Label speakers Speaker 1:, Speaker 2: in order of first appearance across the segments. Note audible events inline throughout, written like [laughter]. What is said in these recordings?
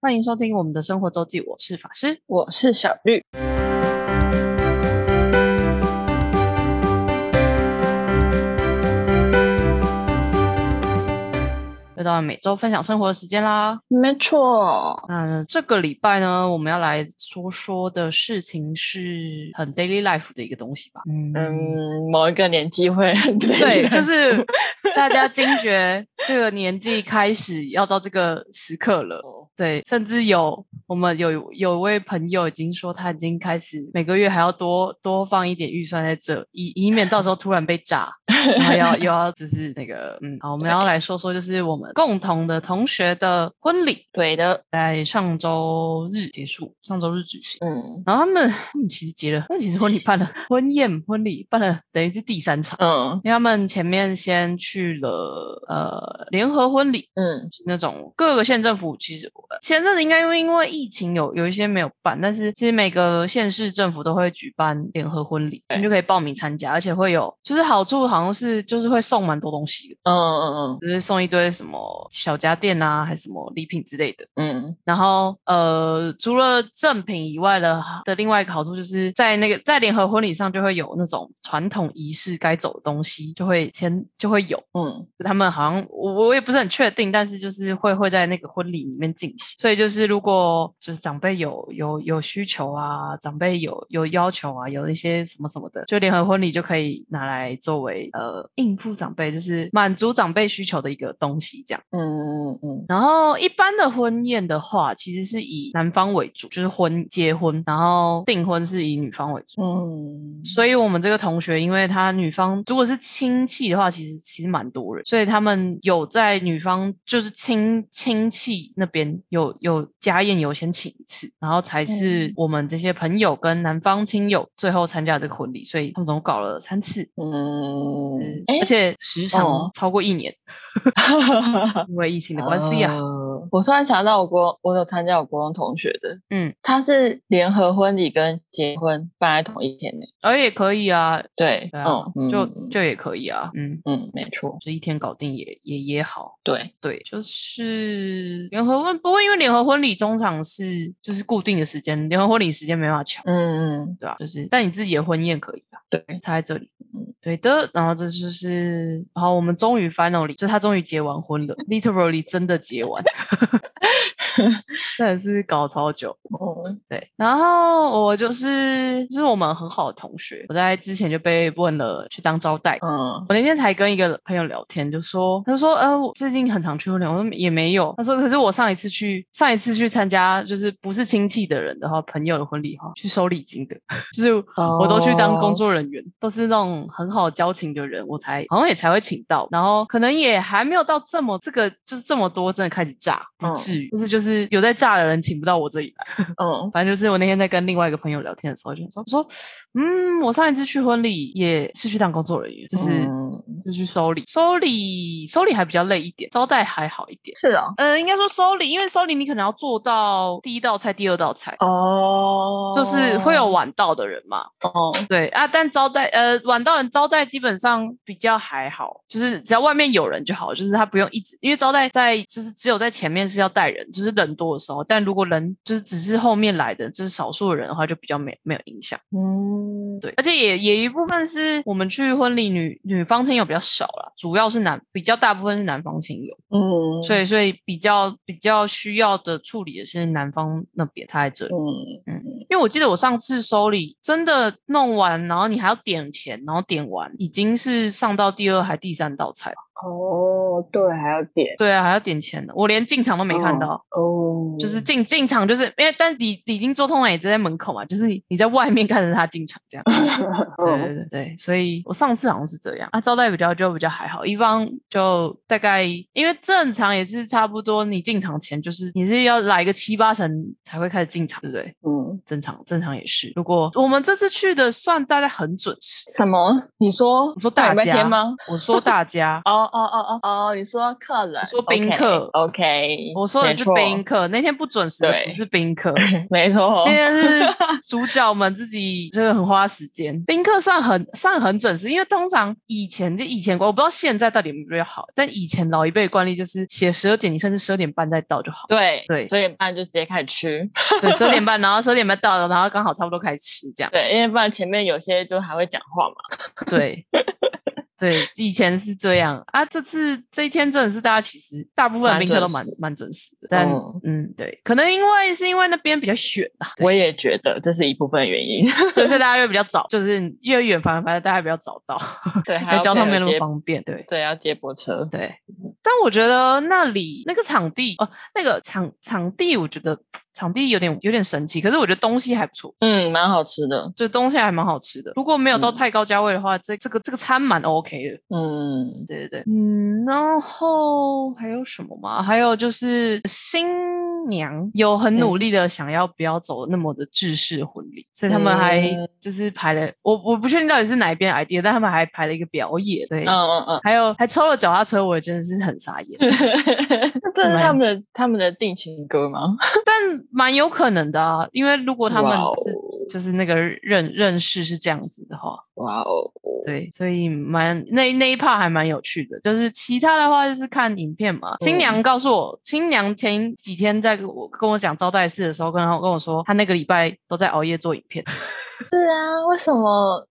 Speaker 1: 欢迎收听我们的生活周记，我是法师。
Speaker 2: 我是小绿。
Speaker 1: 又到了每周分享生活的时间啦。
Speaker 2: 没错，
Speaker 1: 那这个礼拜呢，我们要来说说的事情是很 daily life 的一个东西吧。嗯，
Speaker 2: 嗯，某一个年纪会很 [laughs]
Speaker 1: 对，就是大家惊觉这个年纪开始要到这个时刻了。对，甚至有我们有有位朋友已经说，他已经开始每个月还要多多放一点预算在这，以以免到时候突然被炸。然后要又要就是那个嗯，好，我们要来说说就是我们共同的同学的婚礼，
Speaker 2: 对的，
Speaker 1: 在上周日结束，上周日举行。
Speaker 2: 嗯
Speaker 1: 然后他们他们其实结了，他们其实婚礼办了婚宴，婚礼办了等于是第三场，
Speaker 2: 嗯
Speaker 1: 因为他们前面先去了呃联合婚礼，
Speaker 2: 嗯
Speaker 1: 是那种各个县政府其实呃前阵子应该因为因为疫情有有一些没有办，但是其实每个县市政府都会举办联合婚礼，
Speaker 2: 对
Speaker 1: 你就可以报名参加，而且会有就是好处好像是就是会送蛮多东西的，
Speaker 2: 嗯嗯
Speaker 1: 就是送一堆什么小家电啊，还是什么礼品之类的。
Speaker 2: 嗯
Speaker 1: 然后呃，除了赠品以外的的另外一个好处，就是在那个在联合婚礼上就会有那种传统仪式该走的东西，就会先就会有。
Speaker 2: 嗯
Speaker 1: 他们好像我我也不是很确定，但是就是会会在那个婚礼里面进行。所以就是如果就是长辈有有有需求啊，长辈有有要求啊，有一些什么什么的，就联合婚礼就可以拿来作为呃应付长辈，就是满足长辈需求的一个东西这样。
Speaker 2: 嗯嗯嗯
Speaker 1: 然后一般的婚宴的话，其实是以男方为主，就是婚结婚，然后订婚是以女方为主。
Speaker 2: 嗯，
Speaker 1: 所以我们这个同学，因为他女方如果是亲戚的话，其实其实蛮多人，所以他们有在女方就是亲亲戚那边有有家宴有先请一次，然后才是
Speaker 2: 嗯
Speaker 1: 我们这些朋友跟男方亲友最后参加这个婚礼，所以他们总共搞了三次，
Speaker 2: 嗯
Speaker 1: 是，
Speaker 2: 哎
Speaker 1: 而，且时长
Speaker 2: 哦
Speaker 1: 超过一年，因为疫情的关系啊呀、
Speaker 2: 呃我突然想到，我国我有参加我国中同学的，
Speaker 1: 嗯，
Speaker 2: 他是联合婚礼跟结婚办在同一天呢。
Speaker 1: 而也可以啊，
Speaker 2: 对，
Speaker 1: 对啊，
Speaker 2: 嗯，
Speaker 1: 就
Speaker 2: 嗯
Speaker 1: 就也可以啊，嗯，
Speaker 2: 嗯，没错，
Speaker 1: 就一天搞定也也也好。
Speaker 2: 对，
Speaker 1: 对，就是联合婚，不过因为联合婚礼通常是就是固定的时间，联合婚礼时间没办法抢，
Speaker 2: 嗯嗯，
Speaker 1: 对吧、就是但你自己的婚宴可以啊，
Speaker 2: 对，
Speaker 1: 差在这里
Speaker 2: 嗯。
Speaker 1: 对的，然后这就是，然后我们终于 finally，就他终于结完婚了，literally 真的结完， [laughs] 真的是搞超久。
Speaker 2: 嗯
Speaker 1: 对，然后我就是就是我们很好的同学，我在之前就被问了去当招待，
Speaker 2: 嗯
Speaker 1: 我那天才跟一个朋友聊天，就说，他就说，呃，我最近很常去婚礼，我说也没有。他说，可是我上一次去，上一次去参加，就是不是亲戚的人的话，朋友的婚礼哈，去收礼金的， [laughs] 就是我都去当工作人员，都是那种很好交情的人，我才好像也才会请到，然后可能也还没有到这么这个就是这么多，真的开始炸，不
Speaker 2: 嗯
Speaker 1: 至于，就是就是有在炸的人请不到我这里来。
Speaker 2: 嗯
Speaker 1: 反正就是我那天在跟另外一个朋友聊天的时候，就说我说，嗯，我上一次去婚礼也是去当工作人员，就是。
Speaker 2: 嗯
Speaker 1: 就去收礼，收礼收礼还比较累一点，招待还好一点。
Speaker 2: 是哦，
Speaker 1: 呃，应该说收礼，因为收礼你可能要做到第一道菜、第二道菜，
Speaker 2: 哦，
Speaker 1: 就是会有晚到的人嘛。
Speaker 2: 哦，
Speaker 1: 对啊，但招待呃晚到人招待基本上比较还好，就是只要外面有人就好，就是他不用一直，因为招待在就是只有在前面是要带人，就是人多的时候，但如果人就是只是后面来的，就是少数的人的话，就比较没没有影响。
Speaker 2: 嗯，
Speaker 1: 对，而且也也一部分是我们去婚礼女女方亲友比较少啦，主要是男比较大部分是男方亲友，
Speaker 2: 嗯，
Speaker 1: 所以所以比较比较需要的处理的是男方那边，他在这里。
Speaker 2: 嗯
Speaker 1: 因为我记得我上次收礼真的弄完，然后你还要点钱，然后点完已经是上到第二还第三道菜了，
Speaker 2: 哦，对，还要点
Speaker 1: 对啊，还要点钱的，我连进场都没看到。
Speaker 2: 哦，
Speaker 1: 就是
Speaker 2: [laughs]
Speaker 1: 进进场，就是因为但礼礼金桌通常也是在门口嘛，就是你你在外面看着他进场这样。对对对
Speaker 2: 嗯
Speaker 1: 对，所以我上次好像是这样啊，招待比较就比较还好，一方就大概因为正常也是差不多，你进场前就是你是要来个七八成才会开始进场，对不对？
Speaker 2: 嗯，
Speaker 1: 正常正常也是，如果我们这次去的算大概很准时，
Speaker 2: 什么？你说
Speaker 1: 我说大
Speaker 2: 礼拜
Speaker 1: 家
Speaker 2: 天吗？，
Speaker 1: 我说大家 [laughs]
Speaker 2: 哦哦哦哦哦，你说客人，
Speaker 1: 我说宾客
Speaker 2: OK，
Speaker 1: 我说的是宾客，那天不准时的
Speaker 2: 对
Speaker 1: 不是宾客，
Speaker 2: 没错
Speaker 1: 那，天是主角们自己就是很花时间。宾客算很算很准时，因为通常以前就以前我不知道现在到底有没有好，但以前老一辈的惯例就是写十二点，你甚至十二点半再到就好。
Speaker 2: 对
Speaker 1: 对
Speaker 2: 所以不然就直接开始吃，
Speaker 1: 对，十二点半，然后十二点半到了，然后刚好差不多开始吃这样。
Speaker 2: 对，因为不然前面有些就还会讲话嘛， [laughs]
Speaker 1: 对，对，以前是这样啊。这次这一天真的是大家其实大部分
Speaker 2: 蛮
Speaker 1: 宾客
Speaker 2: 准
Speaker 1: 都蛮
Speaker 2: 时
Speaker 1: 蛮准时的，但
Speaker 2: 嗯
Speaker 1: 嗯对，可能因为是因为那边比较远啊，对
Speaker 2: 我也觉得这是一部分原因， [laughs]
Speaker 1: 对，所以大家就比较早，就是越远反而反正大家比较早到，
Speaker 2: 对，还
Speaker 1: 因为
Speaker 2: 有
Speaker 1: 交通没有那么
Speaker 2: 接，
Speaker 1: 方便，对。
Speaker 2: 对，要接驳车，
Speaker 1: 对，但我觉得那里那个场地哦、那个场场地，我觉得场地有点有点神奇，可是我觉得东西还不错，
Speaker 2: 嗯，蛮好吃的，
Speaker 1: 就东西还蛮好吃的。如果没有到
Speaker 2: 嗯
Speaker 1: 太高价位的话，这这个这个餐蛮 OK 的。
Speaker 2: 嗯，
Speaker 1: 对对对，嗯，然后还有什么吗？还有就是新娘有很努
Speaker 2: 嗯
Speaker 1: 力的想要不要走那么的制式婚礼，所以他们还
Speaker 2: 嗯
Speaker 1: 就是排了，我我不确定到底是哪一边的 idea，但他们还排了一个表演，对，
Speaker 2: 嗯嗯嗯。 [laughs]
Speaker 1: 还有还抽了脚踏车，我也真的是很傻眼，
Speaker 2: 那这是
Speaker 1: 蛮
Speaker 2: 他们的他们的定情歌吗？ [laughs]
Speaker 1: 但蛮有可能的啊，因为如果他们
Speaker 2: 哇哦
Speaker 1: 是就是那个认认识是这样子的话，
Speaker 2: 哇哦，
Speaker 1: 对，所以蛮那那一 part 还蛮有趣的，就是其他的话就是看影片嘛。新
Speaker 2: 嗯
Speaker 1: 娘告诉我，新娘前几天在跟我跟我讲招待室的时候，跟她跟我说，她那个礼拜都在熬夜做影片， [laughs]
Speaker 2: 是啊，为什么？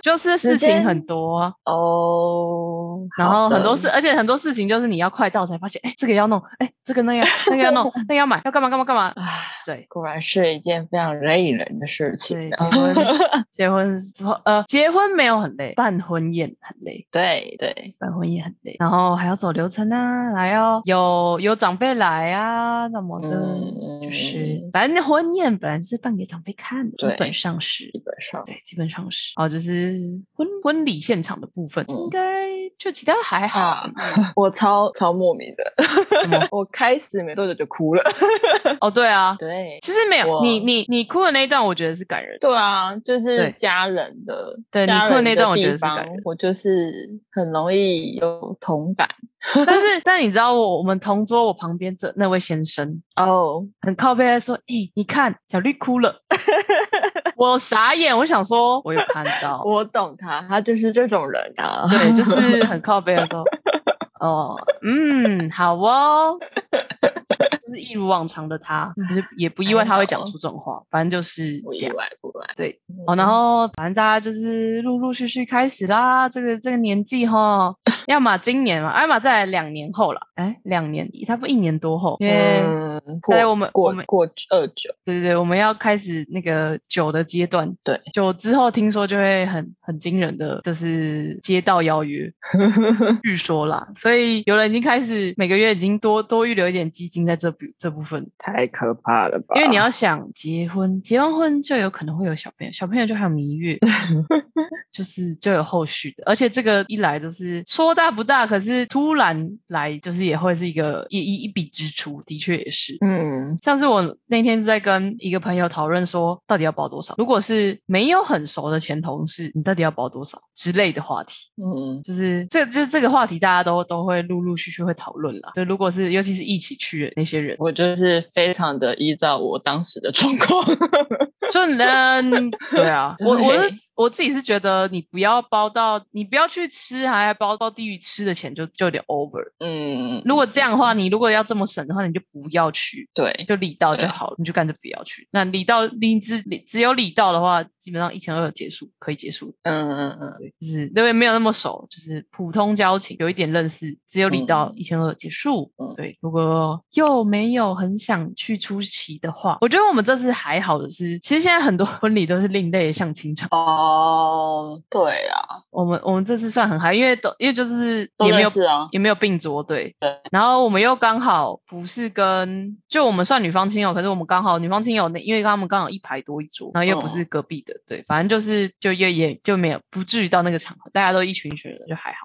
Speaker 1: 就是事
Speaker 2: 时
Speaker 1: 情
Speaker 2: 间
Speaker 1: 很多啊、
Speaker 2: 哦，
Speaker 1: 然后很多
Speaker 2: 好的
Speaker 1: 事，而且很多事情就是你要快到才发现，哎，这个要弄，哎，这个那个要那个要
Speaker 2: [laughs]
Speaker 1: 弄，那个要买，要干嘛干嘛干嘛。
Speaker 2: 唉，
Speaker 1: 对
Speaker 2: 果然是一件非常累人的事情啊
Speaker 1: 对，
Speaker 2: 呢。
Speaker 1: 结婚结婚之后，呃，结婚没有很累，办婚宴很累。
Speaker 2: [laughs] 对对，
Speaker 1: 办婚宴很累，然后还要走流程啊，还要有有长辈来啊，那么的，
Speaker 2: 嗯，
Speaker 1: 就是反正婚宴本来是办给长辈看的，基
Speaker 2: 对
Speaker 1: 本上是
Speaker 2: 基。本上
Speaker 1: 对，基本上是哦，就是婚婚礼现场的部分，
Speaker 2: 嗯
Speaker 1: 应该就其他还好。
Speaker 2: 啊
Speaker 1: 嗯
Speaker 2: [laughs] 我超超莫名的，
Speaker 1: 怎
Speaker 2: [laughs]
Speaker 1: 么？
Speaker 2: 我开始没多久就哭了。
Speaker 1: 哦，对啊，
Speaker 2: 对
Speaker 1: 其实没有
Speaker 2: 我
Speaker 1: 你你你哭的那一段，我觉得是感人的。
Speaker 2: [laughs] 对啊，就是
Speaker 1: 对
Speaker 2: 家人的，
Speaker 1: 对你
Speaker 2: 家
Speaker 1: 哭的
Speaker 2: 人
Speaker 1: 那
Speaker 2: 的
Speaker 1: 段我觉
Speaker 2: 地
Speaker 1: 得是感
Speaker 2: 方
Speaker 1: 人
Speaker 2: 我就是很容易有同感。
Speaker 1: 但是但你知道我我们同桌我旁边这那位先生
Speaker 2: 哦，
Speaker 1: 很靠背在说：“哎、你看小绿哭了。”我傻眼，我想说我有看到，
Speaker 2: 我懂他，他就是这种人啊。
Speaker 1: 对，就是 [laughs] 很靠背的时候，哦，嗯，好哦，就是一如往常的他，就是也不意外他会讲出这种话，反正就是
Speaker 2: [laughs] 不
Speaker 1: 这
Speaker 2: 意
Speaker 1: 样。
Speaker 2: 外，不意外。
Speaker 1: 对
Speaker 2: 嗯，
Speaker 1: 哦，然后反正大家就是陆陆续续开始啦，这个这个年纪哈，要么今年嘛，要么在两年后了，哎，两年，差不多一年多后，因为、
Speaker 2: 嗯，
Speaker 1: 大概
Speaker 2: 过
Speaker 1: 我们我
Speaker 2: 过
Speaker 1: 们
Speaker 2: 过二九， [laughs]
Speaker 1: 对对对，我们要开始那个酒的阶段，
Speaker 2: 对，
Speaker 1: 酒之后听说就会很很惊人的，就是接到邀约，据说啦，所以有人已经开始每个月已经多多预留一点基金在这部这部分，
Speaker 2: 太可怕了吧？
Speaker 1: 因为你要想结婚，结完婚就有可能会有小朋友，小朋友就还有蜜月，就是就有后续的，而且这个一来就是说大不大，可是突然来就是也会是一个一一一笔支出，的确也是，
Speaker 2: 嗯，
Speaker 1: 像是我那天在跟一个朋友讨论说，到底要包多少？如果是没有很熟的前同事，你到底要包多少之类的话题，
Speaker 2: 嗯
Speaker 1: 就是这就是这个话题，大家都都会陆陆续续会讨论啦。就如果是尤其是一起去的那些人，
Speaker 2: 我就是非常的依照我当时的状况， [laughs]
Speaker 1: 就能对啊，我我
Speaker 2: 对
Speaker 1: 是我自己是觉得你不要包到，你不要去吃，还包到地狱吃的钱就就有点 over。
Speaker 2: 嗯，
Speaker 1: 如果这样的话，你如果要这么省的话，你就不要去。
Speaker 2: 对，
Speaker 1: 就礼到就
Speaker 2: 对
Speaker 1: 好了，你就干脆不要去。那礼到你只你只有礼到的话，基本上一千二结束可以结束，
Speaker 2: 嗯嗯嗯，
Speaker 1: 对，就是因为没有那么熟，就是普通交情，有一点认识，只有礼到一千二结束。
Speaker 2: 嗯
Speaker 1: 对，如果又没有很想去出席的话，我觉得我们这次还好的是，其实现在很多 [laughs] 婚礼都是另类的相亲场，
Speaker 2: 哦，对啊，
Speaker 1: 我们我们这次算很嗨，因为都因为就是
Speaker 2: 都
Speaker 1: 也没
Speaker 2: 认
Speaker 1: 有
Speaker 2: 识啊，
Speaker 1: 也没有并桌，对
Speaker 2: 对。
Speaker 1: 然后我们又刚好不是跟，就我们算女方亲友，可是我们刚好女方亲友那，因为他们刚好一排多一桌，然后又不是隔壁的，对，反正就是就也也就没有不至于到那个场合，大家都一群一群人，就还好。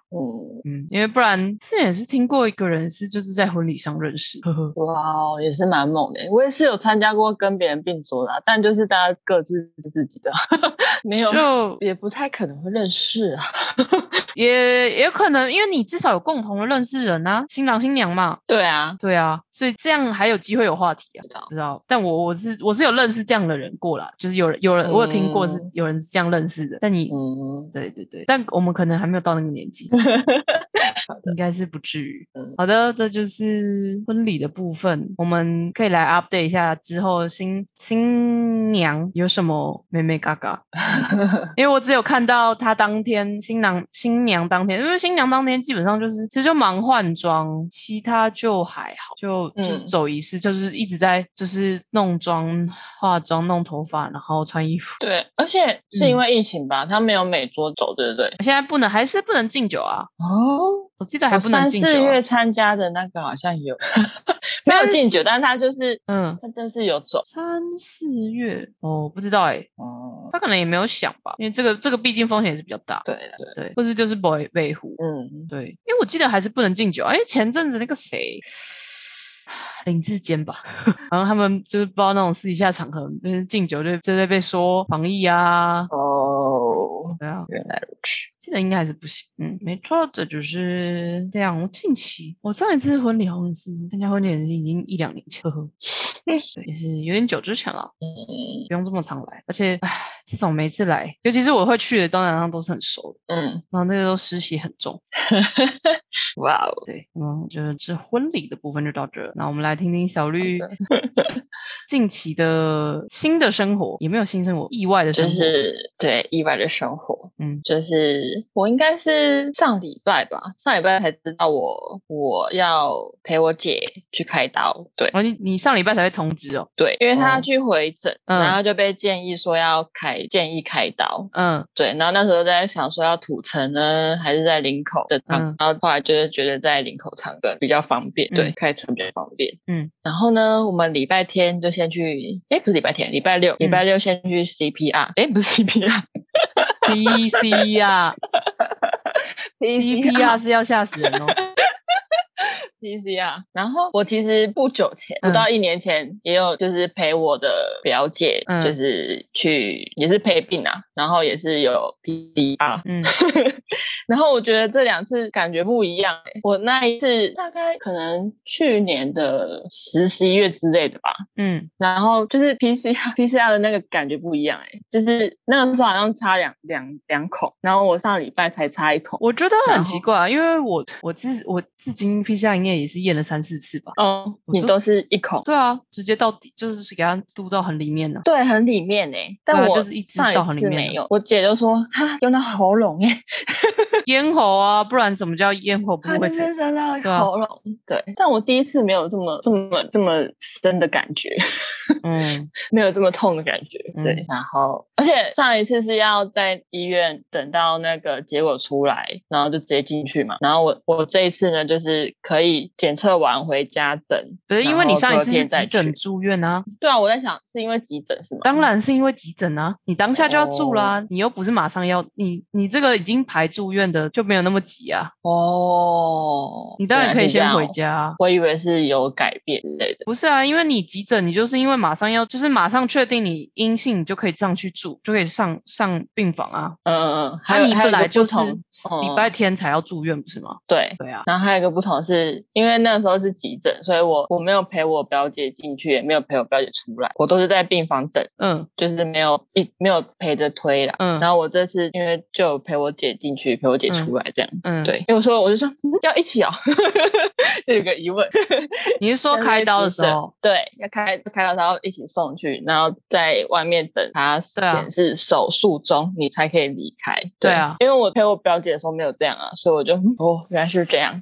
Speaker 2: 嗯，
Speaker 1: 嗯，因为不然之前也是听过一个人是就是在婚礼上认识，呵呵。
Speaker 2: 哇哦，也是蛮猛的。我也是有参加 [laughs] 过跟别人并桌的啊、但就是大家各自自己的，没有
Speaker 1: 就
Speaker 2: 也不太可能会认识啊。
Speaker 1: 也也有可能，因为你至少有共同的认识人啊，新郎新娘嘛，
Speaker 2: 对啊，
Speaker 1: 对啊，所以这样还有机会有话题啊
Speaker 2: 不。知道
Speaker 1: 不知道，但我我是我是有认识这样的人过啦，就是有人有人我有听过是
Speaker 2: 嗯
Speaker 1: 有人是这样认识的，但你、
Speaker 2: 嗯，
Speaker 1: 对对对，但我们可能还没有到那个年 [laughs] 纪，应该是不至于
Speaker 2: 嗯。
Speaker 1: 好的，这就是婚礼的部分，我们可以来 update 一下之后新新娘有什么妹妹嘎 [laughs] 嘎，因为我只有看到她当天新郎新娘当天，因为新娘当天基本上就是其实就忙换装，其他就还好，就就
Speaker 2: 嗯
Speaker 1: 是走仪式，就是一直在就是弄妆、化妆、弄头发，然后穿衣服。
Speaker 2: 对，而且是因为疫情吧，他没有每桌走，对不对？
Speaker 1: 现在不能，还是不能敬酒啊！
Speaker 2: 哦，
Speaker 1: 我记得还不能敬
Speaker 2: 四
Speaker 1: 酒啊、
Speaker 2: 月参加的那个好像有， [laughs] 没有敬酒，但是他就是
Speaker 1: 嗯，
Speaker 2: 他就是有走，
Speaker 1: 三四月哦，不知道哎、
Speaker 2: 哦，
Speaker 1: 他可能也没有想吧，因为这个这个毕竟风险也是比较大，
Speaker 2: 对了对，
Speaker 1: 对，或是就是北北湖，
Speaker 2: 嗯，
Speaker 1: 对，因为我记得还是不能敬酒啊，因为前阵子那个谁，林志坚吧， [laughs] 然后他们就是不知道那种私底下场合，就是敬酒就就在被说防疫啊，
Speaker 2: 哦，
Speaker 1: 对啊，
Speaker 2: 原来如此，
Speaker 1: 记得应该还是不行，嗯，没错，这就是这样。我近期我上一次婚礼好像是参加婚礼也是已经一两年前，呵
Speaker 2: [laughs]
Speaker 1: 呵，对，也是有点久之前了。
Speaker 2: 嗯
Speaker 1: 不用这么常来，而且，唉，这种每次来，尤其是我会去的，当然上都是很熟的，
Speaker 2: 嗯，
Speaker 1: 然后那个都湿气很重。
Speaker 2: 哇哦，
Speaker 1: 对，嗯，就是这婚礼的部分就到这。那我们来听听小绿
Speaker 2: [laughs]
Speaker 1: 近期的新的生活，也没有新生活，意外的生
Speaker 2: 就
Speaker 1: 活。
Speaker 2: 是对意外的生活，
Speaker 1: 嗯
Speaker 2: 就是我应该是上礼拜吧，上礼拜才知道我我要陪我姐去开刀，对
Speaker 1: 哦，你你上礼拜才会通知哦。
Speaker 2: 对，因为她
Speaker 1: 哦
Speaker 2: 去回诊，
Speaker 1: 嗯
Speaker 2: 然后就被建议说要开建议开刀，
Speaker 1: 嗯
Speaker 2: 对，然后那时候在想说要土城呢，还是在林口的长，
Speaker 1: 嗯
Speaker 2: 然后后来就是觉得在林口长庚比较方便，对，
Speaker 1: 嗯
Speaker 2: 开车比较方便。
Speaker 1: 嗯，
Speaker 2: 然后呢，我们礼拜天就先去，哎，不是礼拜天，礼拜六，礼
Speaker 1: 嗯
Speaker 2: 拜六先去 CPR，哎、不是
Speaker 1: [laughs]
Speaker 2: CPR，CPR
Speaker 1: ，PC 呀
Speaker 2: 啊
Speaker 1: ，CPR 啊
Speaker 2: [laughs]
Speaker 1: 是要吓死人哦。
Speaker 2: PCR。然后我其实不久前，
Speaker 1: 嗯
Speaker 2: 不到一年前，也有就是陪我的表姐，
Speaker 1: 嗯
Speaker 2: 就是去也是陪病啊，然后也是有 PCR。
Speaker 1: 嗯
Speaker 2: 然后我觉得这两次感觉不一样欸、我那一次大概可能去年的十十一月之类的吧，
Speaker 1: 嗯
Speaker 2: 然后就是 [laughs] PCR PCR 的那个感觉不一样哎、就是那个时候好像插两两两孔，然后我上礼拜才插一孔。
Speaker 1: 我觉得很
Speaker 2: 然
Speaker 1: 奇
Speaker 2: 后
Speaker 1: 怪啊，因为我我至我至今 PCR 应该也是验了三四次吧。
Speaker 2: 哦，
Speaker 1: 我
Speaker 2: 你
Speaker 1: 就
Speaker 2: 都是一孔，
Speaker 1: 对啊，直接到底就是给它嘟到很里面啊了。
Speaker 2: 对，很里面哎、但
Speaker 1: 对啊
Speaker 2: 我
Speaker 1: 就是一直
Speaker 2: 上
Speaker 1: 到很里
Speaker 2: 次
Speaker 1: 面
Speaker 2: 没
Speaker 1: 了
Speaker 2: 有。我姐就说她用到喉咙哎、
Speaker 1: 咽喉啊，不然怎么叫咽喉不
Speaker 2: 她
Speaker 1: 会
Speaker 2: 就 [laughs]
Speaker 1: 沉
Speaker 2: 是？真
Speaker 1: 对
Speaker 2: 的
Speaker 1: 啊
Speaker 2: 喉咙，对。但我第一次没有这么这么这么深的感觉。
Speaker 1: 嗯
Speaker 2: 没有这么痛的感觉，对。
Speaker 1: 嗯
Speaker 2: 然后，而且上一次是要在医院等到那个结果出来，然后就直接进去嘛。然后我我这一次呢，就是可以检测完回家等。
Speaker 1: [laughs] 不是因为你上一次是
Speaker 2: 然后隔天再
Speaker 1: 急诊
Speaker 2: 去
Speaker 1: 住院啊，
Speaker 2: 对啊，我在想是因为急诊是吗？
Speaker 1: 当，然是因为急诊啊，你当下就要住
Speaker 2: 哦
Speaker 1: 啦，你又不是马上要，你你这个已经排住院的就没有那么急啊，
Speaker 2: 哦，
Speaker 1: 你当然可以先回
Speaker 2: 原来是这样哦。
Speaker 1: 家啊、
Speaker 2: 我以为是有改变之类的。
Speaker 1: 不是啊，因为你急诊，你就是因为马上要，就是马上确定你阴性，你就可以上去住，就可以上上病房啊。
Speaker 2: 嗯嗯，嗯还
Speaker 1: 啊，
Speaker 2: 有、
Speaker 1: 你
Speaker 2: 还有
Speaker 1: 本
Speaker 2: 一个
Speaker 1: 来就
Speaker 2: 不
Speaker 1: 是
Speaker 2: 同，嗯
Speaker 1: 礼拜天才要住院，不是吗？
Speaker 2: 对，
Speaker 1: 对啊，
Speaker 2: 然后还有一个不同是，因为那个时候是急诊，所以我我没有陪我表姐进去，也没有陪我表姐出来，我都是在病房等，
Speaker 1: 嗯
Speaker 2: 就是没有一没有陪着推啦。
Speaker 1: 嗯
Speaker 2: 然后我这次因为就有陪我姐进去，陪我姐出来这样。
Speaker 1: 嗯，，
Speaker 2: 对，因为我说我就说、嗯要一起哦， [laughs] 就有个疑问。 [laughs]
Speaker 1: 你是说
Speaker 2: 但是
Speaker 1: 开刀的
Speaker 2: 急
Speaker 1: 时
Speaker 2: 诊
Speaker 1: 候？
Speaker 2: 对，要开开刀，然后一起送去，然后在外面等他
Speaker 1: 对啊
Speaker 2: 显示手术中，你才可以离开。
Speaker 1: 对啊
Speaker 2: 因为我陪我表姐的时候没有这样啊，所以我就嗯哦原来是这样。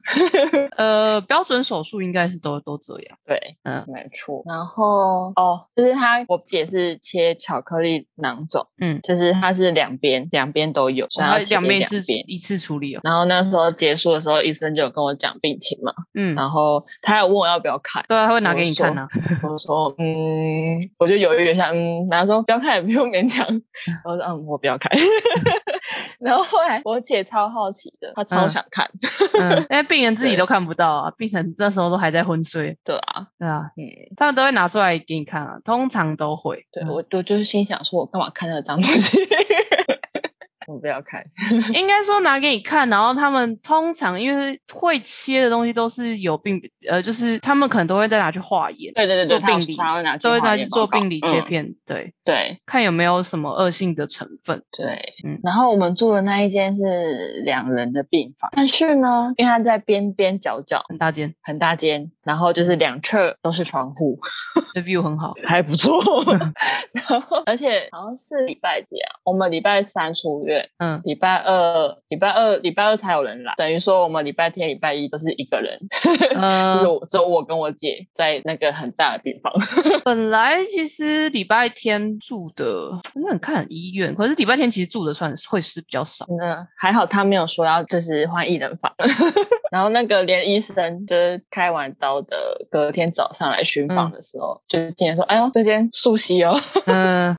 Speaker 1: 呃，标准手术应该是都都这样，
Speaker 2: 对，
Speaker 1: 嗯
Speaker 2: 没错。然后哦，就是它，我姐是切巧克力囊肿，
Speaker 1: 嗯哦
Speaker 2: 就是它是两边两边都有，所以它
Speaker 1: 它两边
Speaker 2: 边
Speaker 1: 一次一次处理哦，
Speaker 2: 然后那时候结束的时候，医生就有跟我讲病情嘛，
Speaker 1: 嗯，
Speaker 2: 然后他有问我要不要看，
Speaker 1: 对啊，他会拿给
Speaker 2: 我
Speaker 1: 你看
Speaker 2: 说
Speaker 1: 啊，
Speaker 2: 我说嗯，我就犹豫了一下，嗯，然后说不要看也不用勉
Speaker 1: [laughs]
Speaker 2: 强，我说嗯，我不要看。 [laughs] 然后后来我姐超好奇的，她超
Speaker 1: 嗯
Speaker 2: 想看，
Speaker 1: 嗯，
Speaker 2: [laughs]
Speaker 1: 因为病人自己
Speaker 2: 对
Speaker 1: 都看不到啊，病人那时候都还在昏睡，
Speaker 2: 对啊，
Speaker 1: 对啊，
Speaker 2: 嗯，
Speaker 1: 他们都会拿出来给你看啊，通常都会，
Speaker 2: 对
Speaker 1: 嗯
Speaker 2: [laughs] 我，我就是心想说，我干嘛看那张东西？我我不要看。
Speaker 1: [laughs] 应该说拿给你看，然后他们通常因为会切的东西都是有病，呃，就是他们可能都会再拿去化验，
Speaker 2: 对对对对，
Speaker 1: 做
Speaker 2: 他
Speaker 1: 病理
Speaker 2: 他会拿去
Speaker 1: 都会
Speaker 2: 化
Speaker 1: 拿
Speaker 2: 验
Speaker 1: 去做
Speaker 2: 报告
Speaker 1: 病理切
Speaker 2: 嗯
Speaker 1: 片，对，
Speaker 2: 对
Speaker 1: 看有没有什么恶性的成分。
Speaker 2: 对，
Speaker 1: 嗯
Speaker 2: 然后我们住的那一间是两人的病房，但是呢，因为它在边边角角
Speaker 1: 很大间，
Speaker 2: 很大间，然后
Speaker 1: 嗯
Speaker 2: 就是两侧都是窗户，
Speaker 1: 对 view 很好。
Speaker 2: 还不
Speaker 1: [laughs]
Speaker 2: 错。然后而且好像是礼拜几啊？我们礼拜三出院， [laughs]
Speaker 1: 嗯，
Speaker 2: 礼拜二、礼拜二、礼拜二才有人来，等于说我们礼拜天、礼拜一都是一个人，
Speaker 1: 呃
Speaker 2: 就是我只有我跟我姐在那个很大的病房。
Speaker 1: 本来其实礼拜天住的真的很看医院，可是礼拜天其实住的算是会是比较少。
Speaker 2: [laughs]
Speaker 1: [laughs]
Speaker 2: 那还好他没有说要就是换一人房， [laughs] 然后那个连医生就是开完刀的隔天早上来巡
Speaker 1: 嗯
Speaker 2: 房的时候，就是竟然说：“哎呦，这间素汐哦， [laughs]
Speaker 1: 嗯、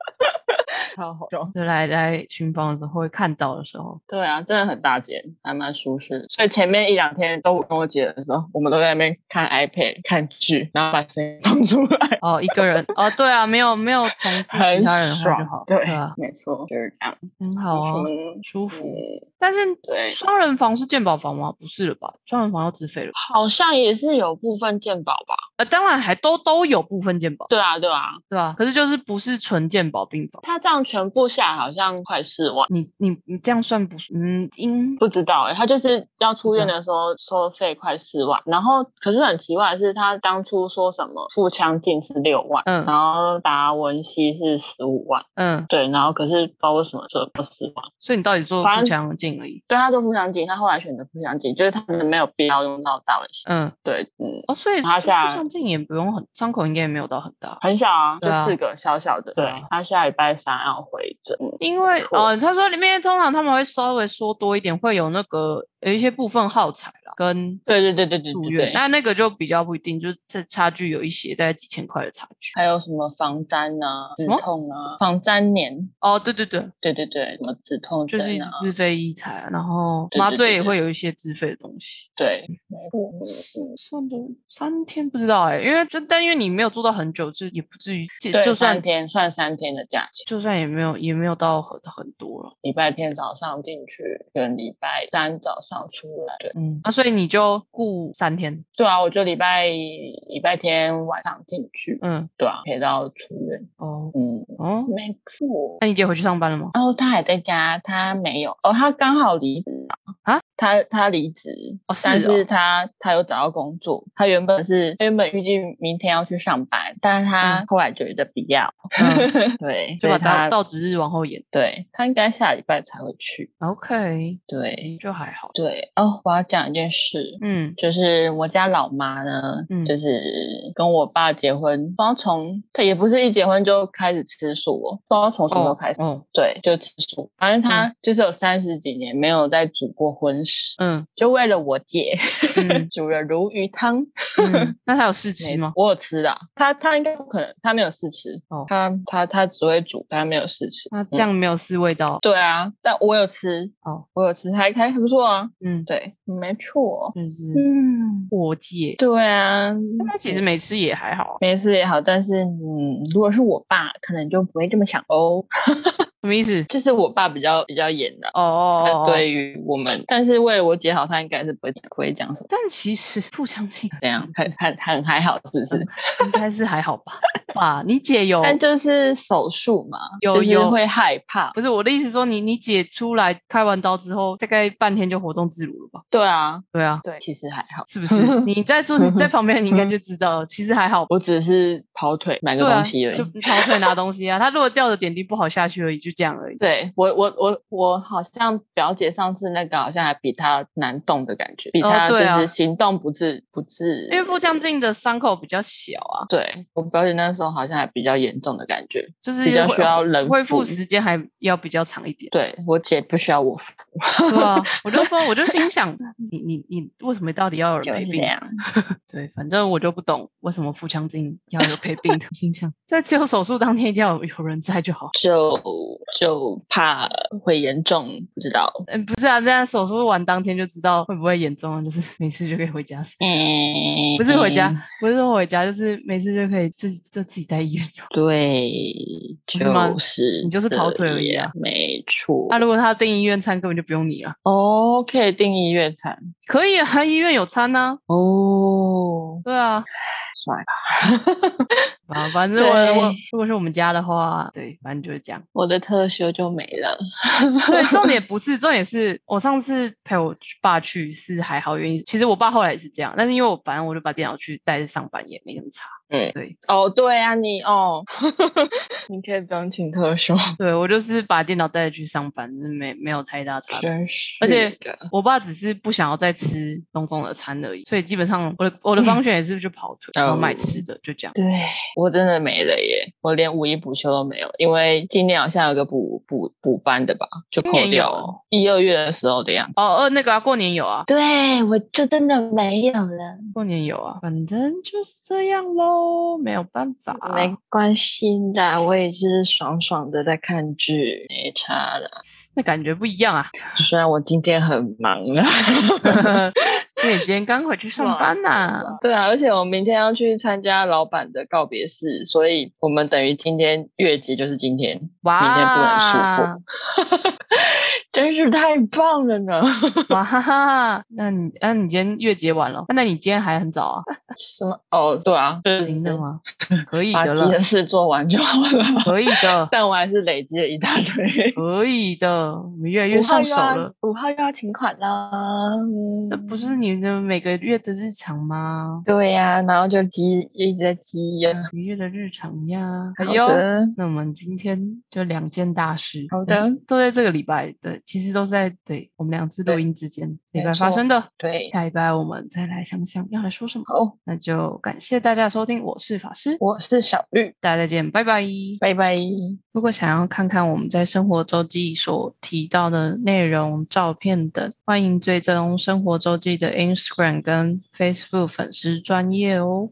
Speaker 2: 超好用。
Speaker 1: 就来来巡房的时候会看到的时候”，
Speaker 2: 对啊，真的很大间，还蛮舒适。所以前面一两天都我跟我姐的时候，我们都在那边看 iPad 看剧，然后把声音放出
Speaker 1: [laughs]
Speaker 2: 来，
Speaker 1: 哦，一个人，哦，对啊，没有没有同事
Speaker 2: 很
Speaker 1: 其他人的话就
Speaker 2: 爽
Speaker 1: 好。，
Speaker 2: 对
Speaker 1: 啊，，
Speaker 2: 没错，就是这样。
Speaker 1: 很好啊，
Speaker 2: 嗯
Speaker 1: 舒服。
Speaker 2: 嗯
Speaker 1: 但是
Speaker 2: 对
Speaker 1: 双人房是健保房吗？不是了吧？双人房要自费了吧。
Speaker 2: 好像也是有部分健保吧？
Speaker 1: 呃，当然还都都有部分健保，
Speaker 2: 对啊，对啊，
Speaker 1: 对吧、可是就是不是纯健保病房。
Speaker 2: 他这样全部下来好像快四万。
Speaker 1: 你你你这样算不？嗯，应
Speaker 2: 不知道哎、他就是要出院
Speaker 1: 不
Speaker 2: 的时候收费快四万，然后可是很奇怪的是，他当初说什么腹腔镜是六万，
Speaker 1: 嗯
Speaker 2: 然后达文西是十五万，
Speaker 1: 嗯，
Speaker 2: 对，然后可是不知道为什么说不十万，
Speaker 1: 所以你到底做
Speaker 2: 反
Speaker 1: 腹
Speaker 2: 正
Speaker 1: 腔镜而已。
Speaker 2: 对他做腹腔镜，他后来选择腹腔镜，就是他们没有必要用到达文西，
Speaker 1: 嗯，
Speaker 2: 对，嗯，
Speaker 1: 哦，所以
Speaker 2: 然后
Speaker 1: 腹
Speaker 2: 下来
Speaker 1: 腔镜也不用很，伤口应该也没有到很大。
Speaker 2: 很小啊，
Speaker 1: 对
Speaker 2: 就
Speaker 1: 啊
Speaker 2: 四个小小的，
Speaker 1: 对
Speaker 2: 对
Speaker 1: 啊
Speaker 2: 他下礼拜三要回诊，嗯
Speaker 1: 因为
Speaker 2: 错
Speaker 1: 哦，他说里面通常他们会稍微说多一点，会有那个有一些部分耗材啦，跟
Speaker 2: 对对对对对
Speaker 1: 住
Speaker 2: 对
Speaker 1: 院
Speaker 2: 对，，
Speaker 1: 那那个就比较不一定，就是这差距有一些，大概几千块的差距。
Speaker 2: 还有什么防粘啊、止
Speaker 1: 什么
Speaker 2: 痛啊、防粘棉，
Speaker 1: 哦，对对对，
Speaker 2: 对对对，什么止痛
Speaker 1: 就
Speaker 2: 针
Speaker 1: 是
Speaker 2: 啊。
Speaker 1: 自费医材啊，然后
Speaker 2: 对
Speaker 1: 麻
Speaker 2: 对
Speaker 1: 醉
Speaker 2: 对
Speaker 1: 也
Speaker 2: 对
Speaker 1: 会有一些自费的东西。
Speaker 2: 对，没错嗯
Speaker 1: 算的三天不知道哎、因为就但因为你没有做到很久，就也不至于，就
Speaker 2: 对，
Speaker 1: 就算
Speaker 2: 三天算三天的假期，
Speaker 1: 就算也没有也没有到很很多了。
Speaker 2: 礼拜天早上进去，跟礼拜三早上出来。对，
Speaker 1: 嗯，啊，所以你就雇三天，
Speaker 2: 对啊，我就礼拜礼拜天晚上进去，
Speaker 1: 嗯，
Speaker 2: 对啊，陪到出院。
Speaker 1: 哦
Speaker 2: 嗯，
Speaker 1: 哦，
Speaker 2: 没错。
Speaker 1: 那你姐回去上班了吗？
Speaker 2: 然后他还在家，他没有哦，他刚好离职啊
Speaker 1: 啊，
Speaker 2: 他他离职，
Speaker 1: 哦是
Speaker 2: 但
Speaker 1: 哦
Speaker 2: 是他他有找到工作，他原本是原本预计明天要去上班，但是他后来觉得不要，
Speaker 1: 嗯，
Speaker 2: [laughs] 对，
Speaker 1: 就
Speaker 2: 所以
Speaker 1: 把到
Speaker 2: 他
Speaker 1: 到值日往后延。
Speaker 2: 对他应该下礼拜才会去，
Speaker 1: OK，
Speaker 2: 对，
Speaker 1: 就还好。
Speaker 2: 对哦，我要讲一件事，
Speaker 1: 嗯
Speaker 2: 就是我家老妈呢，
Speaker 1: 嗯
Speaker 2: 就是跟我爸结婚，不知道从她也不是一结婚就开始吃素哦，不知道从什么时候
Speaker 1: 哦嗯
Speaker 2: 开始，
Speaker 1: 哦
Speaker 2: 对，就吃素。反正她就是有三十几年没有再煮过荤食，
Speaker 1: 嗯
Speaker 2: 就为了我姐、
Speaker 1: 嗯
Speaker 2: [laughs] 煮了鲈鱼汤。 [laughs]
Speaker 1: 嗯，那他有试
Speaker 2: 没
Speaker 1: 吃吗？
Speaker 2: 我有吃的啊，她她应该不可能，她没有试吃，
Speaker 1: 哦
Speaker 2: 她她她只会煮，她没有试吃。
Speaker 1: 那
Speaker 2: 嗯
Speaker 1: 这样没有试味道。
Speaker 2: 对啊，但我有吃，
Speaker 1: 哦，
Speaker 2: 我有吃，还还不错啊。
Speaker 1: 嗯，
Speaker 2: 对，没错。
Speaker 1: 就是
Speaker 2: 嗯，
Speaker 1: 过界。
Speaker 2: 对啊，
Speaker 1: 但他其实没吃也还好啊，
Speaker 2: 没事也好，但是嗯，如果是我爸，可能就不会这么想哦。 [laughs]
Speaker 1: 什么意思？
Speaker 2: 就是我爸比较比较严的、
Speaker 1: 哦哦哦，
Speaker 2: 他
Speaker 1: 哦。
Speaker 2: 对于我们，但是为了我姐好，他应该是不会不会讲什么。
Speaker 1: 但其实腹腔镜
Speaker 2: 这样
Speaker 1: 是
Speaker 2: 很很很还好，是不是？
Speaker 1: 应该是还好吧？吧，你姐有
Speaker 2: 但就是手术嘛，
Speaker 1: 有
Speaker 2: 就是
Speaker 1: 有
Speaker 2: 会害怕。
Speaker 1: 不是我的意思说你你姐出来开完刀之后，大概半天就活动自如了吧？
Speaker 2: 对啊，
Speaker 1: 对啊，
Speaker 2: 对，其实还好。
Speaker 1: 是不是？
Speaker 2: [laughs]
Speaker 1: 你在做你在旁边，你应该就知道了，其实还好吧。
Speaker 2: 我只是跑腿买个
Speaker 1: 对啊，
Speaker 2: 嗯东西而已。
Speaker 1: 就跑腿拿东西啊。他如果掉的点滴不好下去而已，就这样而已。
Speaker 2: 对我我我我好像表姐上次那个好像还比她难动的感觉，比
Speaker 1: 哦
Speaker 2: 她就
Speaker 1: 对啊
Speaker 2: 是行动不自、不自，
Speaker 1: 因为腹腔镜的伤口比较小啊，
Speaker 2: 对我表姐那时候好像还比较严重的感觉，
Speaker 1: 就
Speaker 2: 比
Speaker 1: 是
Speaker 2: 较
Speaker 1: 恢
Speaker 2: 需要人
Speaker 1: 恢复
Speaker 2: 复
Speaker 1: 时间还要比较长一点。
Speaker 2: 对我姐不需要我扶，
Speaker 1: [laughs] 对啊，我就说，我就心
Speaker 2: [laughs]
Speaker 1: 想，你你你为什么到底要有人
Speaker 2: 就是
Speaker 1: 陪
Speaker 2: 这
Speaker 1: 病？
Speaker 2: 样。
Speaker 1: 对，反正我就不懂为什么腹腔镜要有陪
Speaker 2: [laughs]
Speaker 1: 病的心想，在接受手术当天一定要有有人在就好。
Speaker 2: 就就怕会严重，不知道。
Speaker 1: 嗯，不是啊，这样手术完当天就知道会不会严重了，就是没事就可以回家。
Speaker 2: 嗯，
Speaker 1: 不是回家，不是说回家，就是没事就可以就就自己在医院就好。
Speaker 2: 对，
Speaker 1: 不
Speaker 2: 就是
Speaker 1: 吗
Speaker 2: 是
Speaker 1: 你就是跑腿而
Speaker 2: 这
Speaker 1: 已啊
Speaker 2: 样没错。
Speaker 1: 那、啊如果他订医院餐，根本就不用你了。
Speaker 2: 哦，可以订医院餐
Speaker 1: 可以啊，医院有餐呢、
Speaker 2: 哦，
Speaker 1: 对啊，
Speaker 2: 算了， [laughs]
Speaker 1: 啊，反正我我
Speaker 2: 对
Speaker 1: 如果是我们家的话，对，反正就是这样。
Speaker 2: 我的特休就没了。 [laughs]
Speaker 1: 对，重点不是，重点是我上次陪我去爸去是还好，原因其实我爸后来也是这样，但是因为我反正我就把电脑去带着上班也没什么差。
Speaker 2: 嗯
Speaker 1: 对，
Speaker 2: 哦，对啊，你哦， [laughs] 你可以不用请特
Speaker 1: [laughs]
Speaker 2: 休，
Speaker 1: 对我就是把电脑带着去上班，就是没没有太大差别。
Speaker 2: 真是
Speaker 1: 而且
Speaker 2: 的
Speaker 1: 我爸只是不想要再吃隆重的餐而已，所以基本上我的我的
Speaker 2: [laughs]
Speaker 1: 方选也是去跑腿，
Speaker 2: 哦
Speaker 1: 然后买吃的，就这样。
Speaker 2: 对我真的没了耶，我连五一补休都没有，因为今年好像有个补补补班的吧，就
Speaker 1: 今
Speaker 2: 扣
Speaker 1: 年
Speaker 2: 掉一二月的时候的样子。
Speaker 1: 哦，呃，那个啊，过年有啊，
Speaker 2: 对，我就真的没有了，
Speaker 1: 过年有啊，反正就是这样喽，没有办法、
Speaker 2: 嗯没关系的，我也是爽爽的在看剧，没差的。
Speaker 1: 那感觉不一样啊，
Speaker 2: [laughs]
Speaker 1: [laughs]
Speaker 2: 虽然我今天很忙啊了，
Speaker 1: 因为你今天刚回去上班呐、
Speaker 2: 对啊，而且我明天要去参加老板的告别式，所以我们等于今天月结就是今天，明天不能疏
Speaker 1: 哇
Speaker 2: 忽，真是太棒了呢！ [laughs]
Speaker 1: [laughs] 哇哈哈！那你那你今天月结完了，那你今天还很早啊？
Speaker 2: 什么？哦，对啊，就是
Speaker 1: 行的吗？可以
Speaker 2: 把
Speaker 1: 的
Speaker 2: 自己
Speaker 1: 了
Speaker 2: 的，事做完就好了。 [laughs]
Speaker 1: 可以的，
Speaker 2: 但我还是累积了一大
Speaker 1: [laughs]
Speaker 2: 堆。
Speaker 1: 可以的，我们越来越上手了。，
Speaker 2: 五号又要请款啦。
Speaker 1: 这不是你的每个月的日常吗？
Speaker 2: 对呀、然后就积一直在积呀、
Speaker 1: 每个月的日常呀。哎
Speaker 2: 好
Speaker 1: 呦，
Speaker 2: 的，
Speaker 1: 那我们今天就两件大事，
Speaker 2: 好的
Speaker 1: 嗯都在这个礼拜，对，其实都是在对我们两次录
Speaker 2: 对
Speaker 1: 音之间
Speaker 2: 没
Speaker 1: 礼拜发
Speaker 2: 错
Speaker 1: 生的。
Speaker 2: 对，
Speaker 1: 下礼拜我们再来想想要来说什么。
Speaker 2: 好，
Speaker 1: 那就感谢大家的收听，我是法师，
Speaker 2: 我是小玉，
Speaker 1: 大家再见，拜拜。
Speaker 2: 拜拜。
Speaker 1: 如果想要看看我们在生活周记所提到的内容、照片等，欢迎追踪生活周记的 Instagram 跟 Facebook 粉丝专业哦。